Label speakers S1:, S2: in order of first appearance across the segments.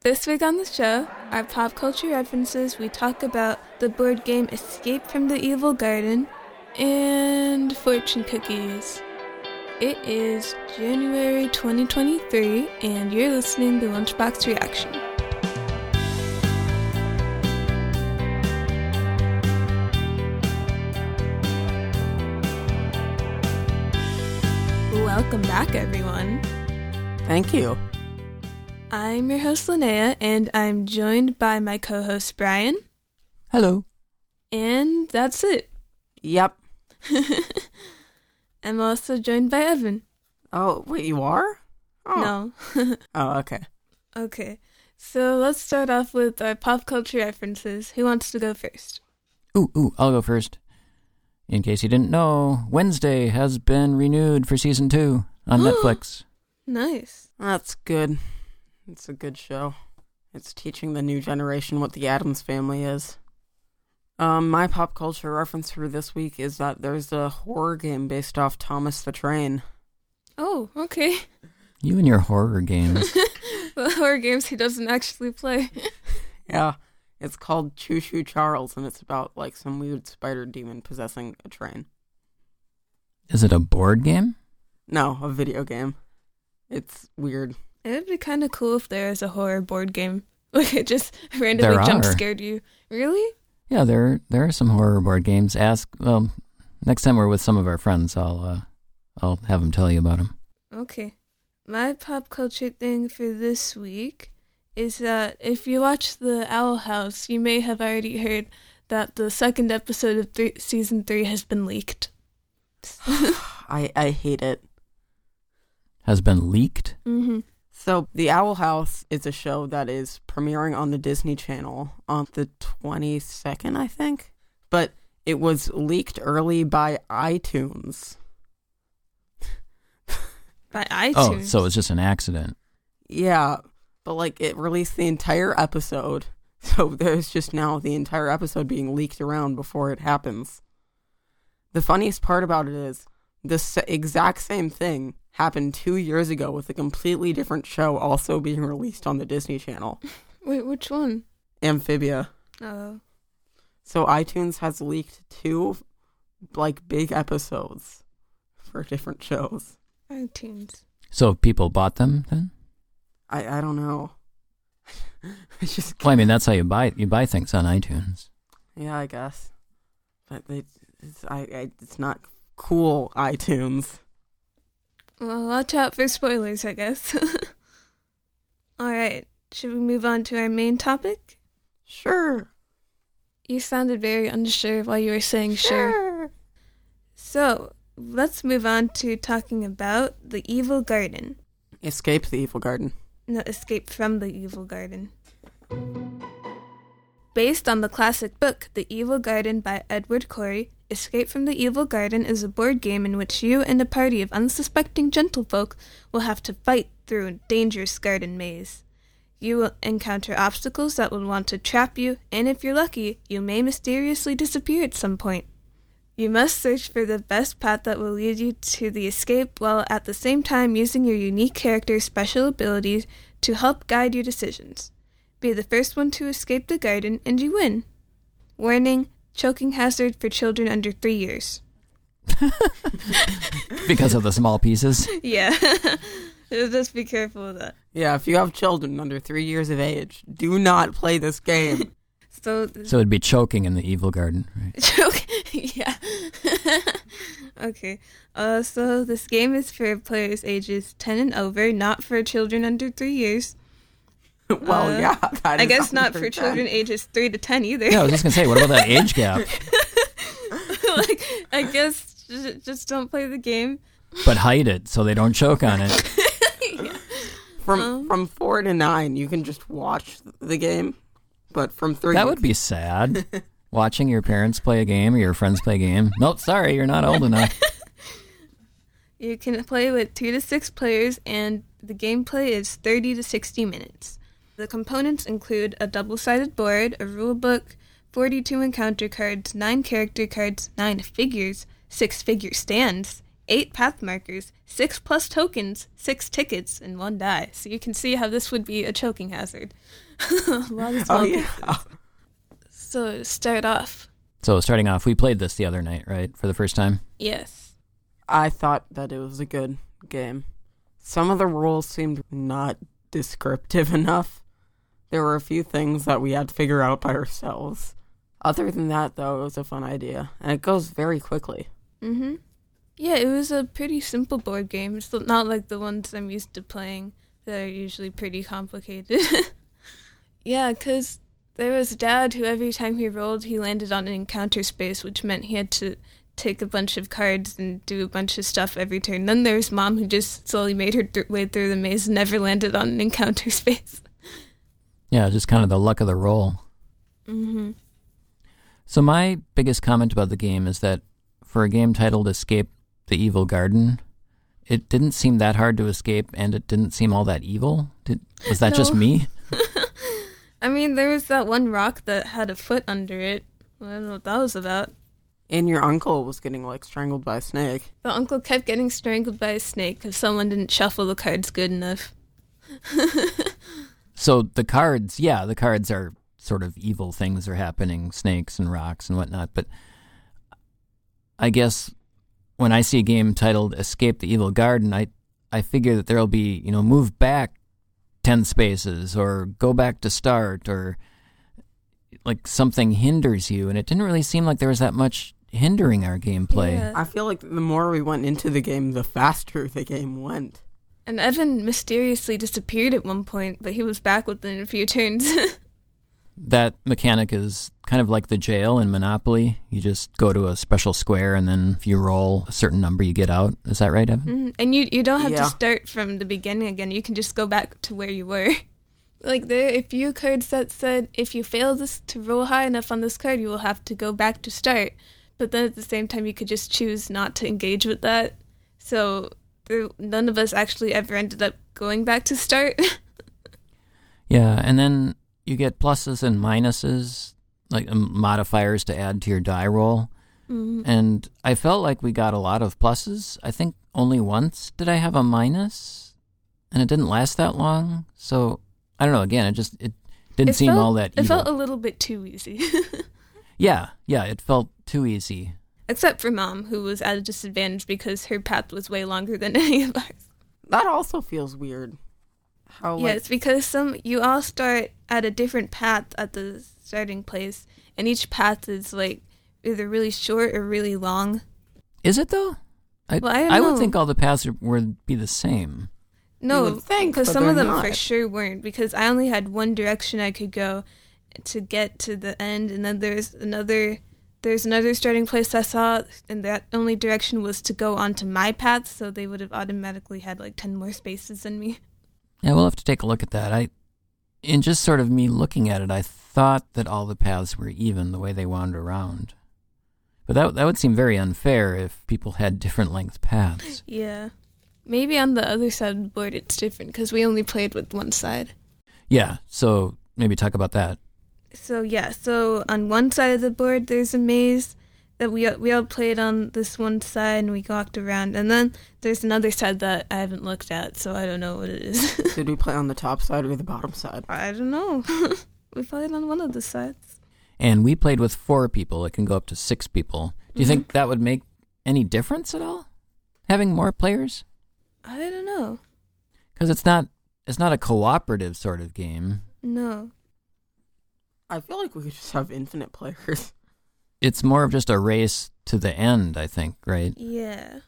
S1: This week on the show, our pop culture references, we talk about the board game Escape from the Evil Garden and fortune cookies. It is January 2023, and you're listening to Lunchbox Reaction. Welcome back, everyone.
S2: Thank you.
S1: I'm your host, Linnea, and I'm joined by my co host, Brian.
S2: Hello.
S1: And that's it.
S2: Yep.
S1: I'm also joined by Evan.
S2: Oh, wait, you are? Oh.
S1: Ah. No.
S2: Oh, okay.
S1: okay. So let's start off with our pop culture references. Who wants to go first?
S3: Ooh, ooh, I'll go first. In case you didn't know, Wednesday has been renewed for season two on Netflix.
S1: Nice.
S2: That's good. It's a good show. It's teaching the new generation what the Adams family is. Um, my pop culture reference for this week is that there's a horror game based off Thomas the Train.
S1: Oh, okay.
S3: You and your horror games.
S1: The horror games he doesn't actually play.
S2: Yeah. It's called Choo Choo Charles, and it's about like some weird spider demon possessing a train.
S3: Is it a board game?
S2: No, a video game. It's weird.
S1: It would be kind of cool if there was a horror board game. Like it just randomly
S3: There
S1: jump
S3: are.
S1: scared you. Really?
S3: Yeah, there there are some horror board games. Ask well, next time we're with some of our friends, I'll uh, I'll have them tell you about them.
S1: Okay. My pop culture thing for this week is that if you watch The Owl House, you may have already heard that the second episode of three, season three has been leaked.
S2: I, I hate it.
S3: Has been leaked.
S1: Mm-hmm.
S2: So, The Owl House is a show that is premiering on the Disney Channel on the 22nd, I think. But it was leaked early by iTunes.
S1: By iTunes.
S3: Oh, so it's just an accident.
S2: Yeah, but like it released the entire episode. So there's just now the entire episode being leaked around before it happens. The funniest part about it is the s- exact same thing happened two years ago with a completely different show also being released on the Disney Channel,
S1: Wait, which one?
S2: Amphibia.
S1: Oh.
S2: So iTunes has leaked two like big episodes for different shows.
S1: iTunes.
S3: So people bought them then.
S2: I I don't know. it's just
S3: Well, I mean that's how you buy you buy things on iTunes.
S2: yeah, I guess. But they it's I, I it's not cool iTunes.
S1: Well, watch out for spoilers, I guess. All right. Should we move on to our main topic?
S2: Sure.
S1: You sounded very unsure while you were saying sure. So let's move on to talking about the evil garden.
S2: Escape the Evil Garden.
S1: No, escape from the evil garden. Based on the classic book, The Evil Garden by Edward Corey, Escape from the Evil Garden is a board game in which you and a party of unsuspecting gentlefolk will have to fight through a dangerous garden maze. You will encounter obstacles that will want to trap you, and if you're lucky, you may mysteriously disappear at some point. You must search for the best path that will lead you to the escape while at the same time using your unique character's special abilities to help guide your decisions. Be the first one to escape the garden and you win. Warning choking hazard for children under three years.
S3: Because of the small pieces.
S1: Yeah. Just be careful of that.
S2: Yeah, if you have children under three years of age, do not play this game.
S1: So,
S3: So it'd be choking in the evil garden, right?
S1: Joke. yeah. okay. Uh, so this game is for players ages 10 and over, not for children under 3 years.
S2: well,
S1: Uh,
S2: yeah, that
S1: I
S2: is
S1: guess not for
S2: 110.
S1: children ages 3 to 10 either.
S3: Yeah, I was just gonna say, what about that age gap?
S1: like, I guess j- just don't play the game.
S3: But hide it so they don't choke on it.
S2: From
S1: Um.
S2: from four to nine, you can just watch the game. But from three,
S3: That would be sad. Watching your parents play a game or your friends play a game. Nope, sorry, you're not old enough.
S1: You can play with 2 to 6 players, and the gameplay is 30 to 60 minutes. The components include a double sided board, a rule book, 42 encounter cards, 9 character cards, 9 figures, 6 figure stands, eight path markers, six plus tokens, six tickets, and one die. So you can see how this would be a choking hazard. a lot of small
S2: Oh yeah.
S1: pieces. So to start off,
S3: So starting off, we played this the other night, right? For the first time.
S1: yes.
S2: I thought that it was a good game. Some of the rules seemed not descriptive enough. There were a few things that we had to figure out by ourselves. Other than that, though, it was a fun idea, and it goes very quickly.
S1: Mm-hmm. Yeah, it was a pretty simple board game. It's not like the ones I'm used to playing that are usually pretty complicated. yeah, because there was Dad who every time he rolled, he landed on an encounter space, which meant he had to take a bunch of cards and do a bunch of stuff every turn. Then there was Mom who just slowly made her th- way through the maze and never landed on an encounter space.
S3: Yeah, just kind of the luck of the roll.
S1: Mm-hmm.
S3: So my biggest comment about the game is that for a game titled Escape the Evil Garden, it didn't seem that hard to escape and it didn't seem all that evil. Did, was that just
S1: No.
S3: me?
S1: I mean, there was that one rock that had a foot under it. I don't know what that was about.
S2: And your uncle was getting like strangled by a snake.
S1: The uncle kept getting strangled by a snake because someone didn't shuffle the cards good enough.
S3: So the cards, yeah, the cards are sort of evil things are happening, snakes and rocks and whatnot. But I guess when I see a game titled Escape the Evil Garden, I I figure that there'll be, you know, move back ten spaces or go back to start or like something hinders you and it didn't really seem like there was that much hindering our gameplay.
S1: Yeah.
S2: I feel like the more we went into the game, the faster the game went.
S1: And Evan mysteriously disappeared at one point, but he was back within a few turns.
S3: That mechanic is kind of like the jail in Monopoly. You just go to a special square and then if you roll a certain number you get out. Is that right, Evan?
S1: Mm, and you you don't have
S2: Yeah.
S1: to start from the beginning again. You can just go back to where you were. Like there are a few cards that said if you fail this to roll high enough on this card, you will have to go back to start. But then at the same time, you could just choose not to engage with that. So there, none of us actually ever ended up going back to start.
S3: Yeah, and then you get pluses and minuses, like um, modifiers to add to your die roll.
S1: Mm-hmm.
S3: And I felt like we got a lot of pluses. I think only once did I have a minus, and it didn't last that long. So I don't know. Again, it just it didn't seem
S1: felt,
S3: all that
S1: It
S3: evil.
S1: felt a little bit too easy.
S3: yeah, yeah, it felt too easy.
S1: Except for mom, who was at a disadvantage because her path was way longer than any of ours.
S2: That also feels weird.
S3: Oh,
S2: How
S1: yeah,
S2: like,
S1: it's because some you all start at a different path at the starting place, and each path is like either really short or really long.
S3: Is it though? I
S1: Well, I don't
S3: would
S1: know.
S3: think all the paths are- would be the same.
S1: No,
S2: would think,
S1: because
S2: but
S1: some of
S2: they're
S1: them for
S2: not.
S1: sure weren't. Because I only had one direction I could go to get to the end, and then there's another. There's another starting place I saw, and that only direction was to go onto my path, so they would have automatically had like 10 more spaces than me.
S3: Yeah, we'll have to take a look at that. I, in just sort of me looking at it, I thought that all the paths were even the way they wound around. But that that would seem very unfair if people had different length paths.
S1: Yeah. Maybe on the other side of the board it's different because we only played with one side.
S3: Yeah, so maybe talk about that.
S1: So yeah, so on one side of the board there's a maze that we we all played on this one side and we walked around, and then there's another side that I haven't looked at, so I don't know what it is.
S2: did we play on the top side or the bottom side?
S1: I don't know. we played on one of the sides.
S3: And we played with four people. It can go up to six people. Do
S1: Mm-hmm.
S3: you think that would make any difference at all? Having more players?
S1: I don't know.
S3: Because it's not it's not a cooperative sort of game.
S1: No.
S2: I feel like we could just have infinite players.
S3: It's more of just a race to the end, I think, right?
S1: Yeah.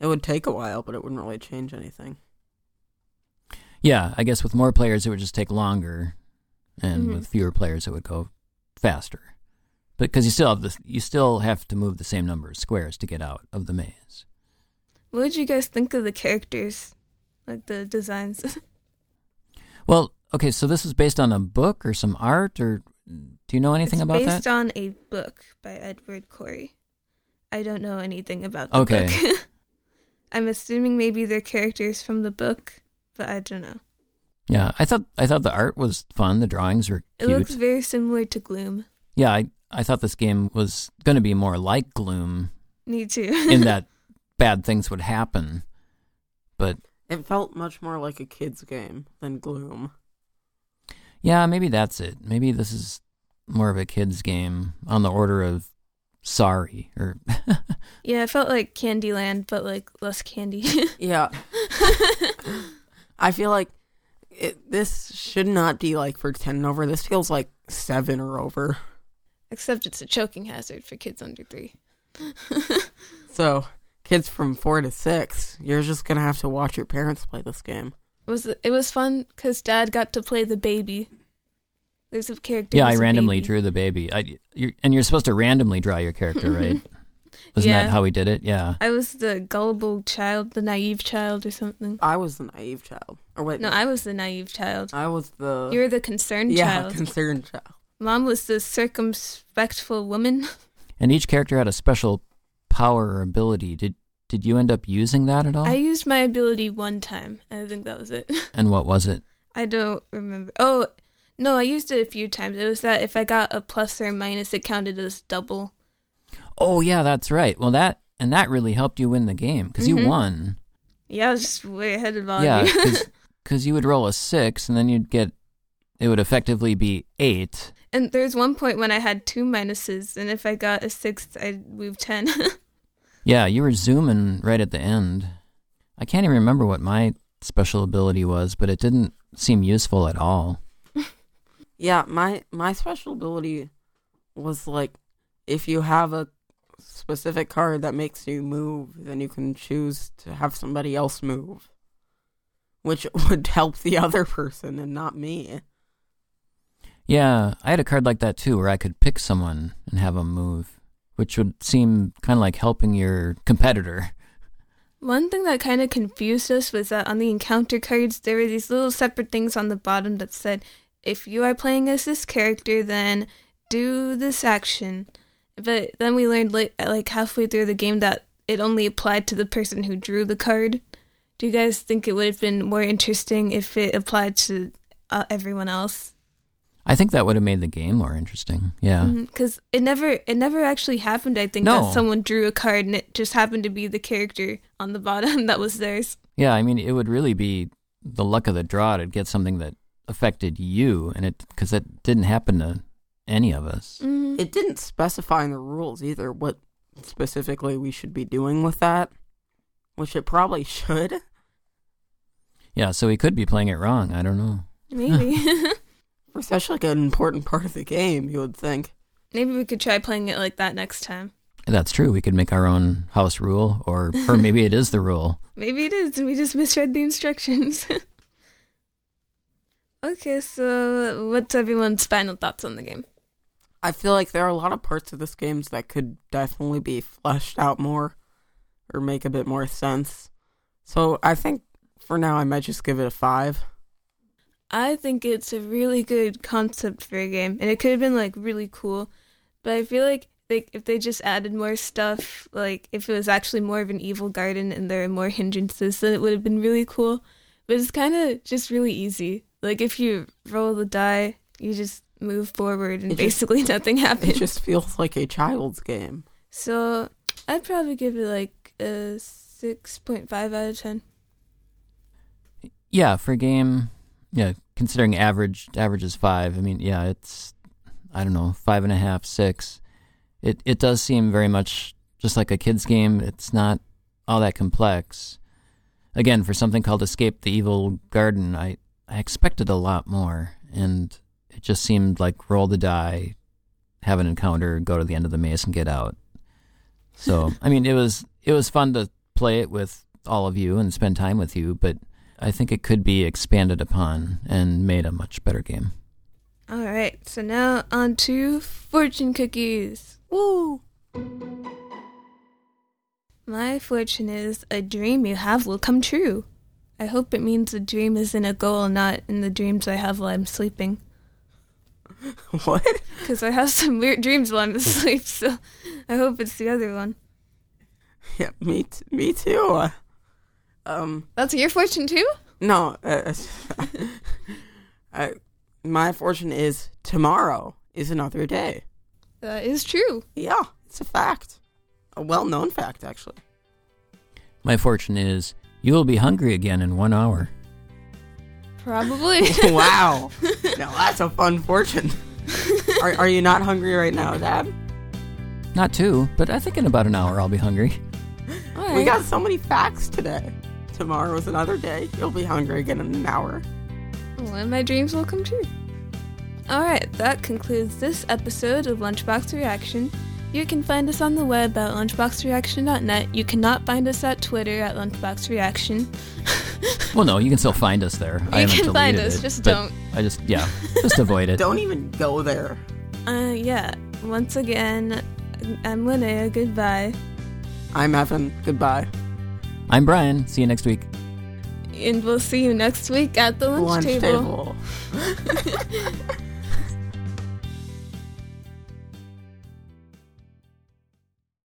S2: It would take a while, but it wouldn't really change anything.
S3: Yeah, I guess with more players it would just take longer, and
S1: Mhm.
S3: with fewer players it would go faster. But because you still have the you still have to move the same number of squares to get out of the maze.
S1: What did you guys think of the characters, like the designs?
S3: Well, okay, so this is based on a book or some art, or do you know anything
S1: it's
S3: about
S1: based
S3: that?
S1: on a book by Edward Corey. I don't know anything about the
S3: Okay.
S1: book. I'm assuming maybe they're characters from the book, but I don't know.
S3: yeah, I thought I thought the art was fun. The drawings were
S1: It
S3: cute.
S1: looks very similar to Gloom.
S3: yeah, I I thought this game was going to be more like Gloom
S1: Me too.
S3: in that bad things would happen. But
S2: It felt much more like a kid's game than Gloom.
S3: yeah, maybe that's it. Maybe this is more of a kids' game on the order of sorry or
S1: Yeah, it felt like Candyland, but like less candy.
S2: Yeah. I feel like it, this should not be like for 10 and over. This feels like 7 or over.
S1: Except it's a choking hazard for kids under three.
S2: So, kids from 4 to 6, you're just going to have to watch your parents play this game.
S1: It was it was fun because Dad got to play the baby. There's a character.
S3: yeah, I
S1: who's a
S3: randomly
S1: baby.
S3: drew the baby. I you're, and you're supposed to randomly draw your character, right? Wasn't
S1: Yeah.
S3: that how we did it? Yeah.
S1: I was the gullible child, the naive child, or something.
S2: I was the naive child. Or wait,
S1: No, I was the naive child.
S2: I was the
S1: You were the concerned
S2: yeah,
S1: child.
S2: concerned child.
S1: Mom was the circumspectful woman.
S3: And each character had a special power or ability. Did did you end up using that at all?
S1: I used my ability one time, and I think that was it.
S3: and what was it?
S1: I don't remember. Oh, no, I used it a few times. It was that if I got a plus or a minus, it counted as double.
S3: Oh yeah, that's right. Well, that and that really helped you win the game because
S1: Mhm.
S3: you won.
S1: Yeah, I was just way ahead of all
S3: yeah,
S1: of you.
S3: because you would roll a six and then you'd get it would effectively be eight.
S1: and there's one point when I had two minuses, and if I got a sixth, I'd move ten.
S3: Yeah, you were zooming right at the end. I can't even remember what my special ability was, but it didn't seem useful at all.
S2: Yeah, my my special ability was like if you have a specific card that makes you move, then you can choose to have somebody else move, which would help the other person and not me.
S3: Yeah, I had a card like that too, where I could pick someone and have them move, which would seem kind of like helping your competitor.
S1: one thing that kind of confused us was that on the encounter cards, there were these little separate things on the bottom that said, if you are playing as this character, then do this action. But then we learned like, like halfway through the game that it only applied to the person who drew the card. Do you guys think it would have been more interesting if it applied to uh, everyone else?
S3: I think that would have made the game more interesting. Yeah.
S1: because Mm-hmm. it never it never actually happened i think
S3: No.
S1: that someone drew a card and it just happened to be the character on the bottom that was theirs
S3: Yeah, I mean, it would really be the luck of the draw to get something that affected you, and it because that didn't happen to any of us.
S1: mm-hmm.
S2: It didn't specify in the rules either what specifically we should be doing with that, which it probably should.
S3: Yeah, so we could be playing it wrong. I don't know.
S1: maybe
S2: For such like an important part of the game, you would think.
S1: maybe we could try playing it like that next time
S3: That's true. We could make our own house rule, or or maybe it is the rule.
S1: maybe it is and we just misread the instructions okay so what's everyone's final thoughts on the game
S2: I feel like there are a lot of parts of this games that could definitely be fleshed out more or make a bit more sense. So I think for now I might just give it a five.
S1: I think it's a really good concept for a game, and it could have been like really cool. But I feel like they, if they just added more stuff, like if it was actually more of an evil garden and there are more hindrances, then it would have been really cool. But it's kind of just really easy. Like if you roll the die, you just move forward, and
S2: It just-
S1: basically nothing
S2: It
S1: happens.
S2: just feels like a child's game.
S1: so I'd probably give it like a six point five out of ten.
S3: Yeah, for a game, yeah, considering average average is five. I mean, yeah, it's I don't know five and a half, six. It it does seem very much just like a kids game. It's not all that complex. Again, for something called Escape the Evil Garden, I I expected a lot more, and it just seemed like roll the die, have an encounter, go to the end of the maze, and get out. So I mean, it was it was fun to play it with all of you and spend time with you, but I think it could be expanded upon and made a much better game.
S1: All right, so now on to fortune cookies.
S2: Woo!
S1: My fortune is a dream you have will come true. I hope it means the dream isn't a goal, not in the dreams I have while I'm sleeping.
S2: What?
S1: Because I have some weird dreams while I'm asleep, so I hope it's the other one.
S2: Yeah, me, t- me too. Um,
S1: That's your fortune too?
S2: no, uh, I, my fortune is tomorrow is another day.
S1: That is true.
S2: Yeah, it's a fact. A well known fact, actually.
S3: My fortune is you will be hungry again in one hour.
S1: Probably.
S2: wow. Now that's a fun fortune. Are, are you not hungry right now, Dad?
S3: Not two, but I think in about an hour I'll be hungry.
S2: We got so many facts today. Tomorrow's another day. You'll be hungry again in an hour.
S1: Well, and my dreams will come true. Alright, that concludes this episode of Lunchbox Reaction. You can find us on the web at lunchboxreaction.net. You cannot find us at Twitter at lunchboxreaction.
S3: Well, no, you can still find us there. I
S1: You
S3: haven't
S1: can find
S3: deleted
S1: us,
S3: it,
S1: just
S3: but
S1: don't.
S3: I just, yeah, just avoid it.
S2: Don't even go there.
S1: Uh, yeah, once again, I'm Linnea. Goodbye.
S2: I'm Evan. Goodbye.
S3: I'm Brian. See you next week.
S1: And we'll see you next week at the lunch,
S2: Lunch table.
S1: table.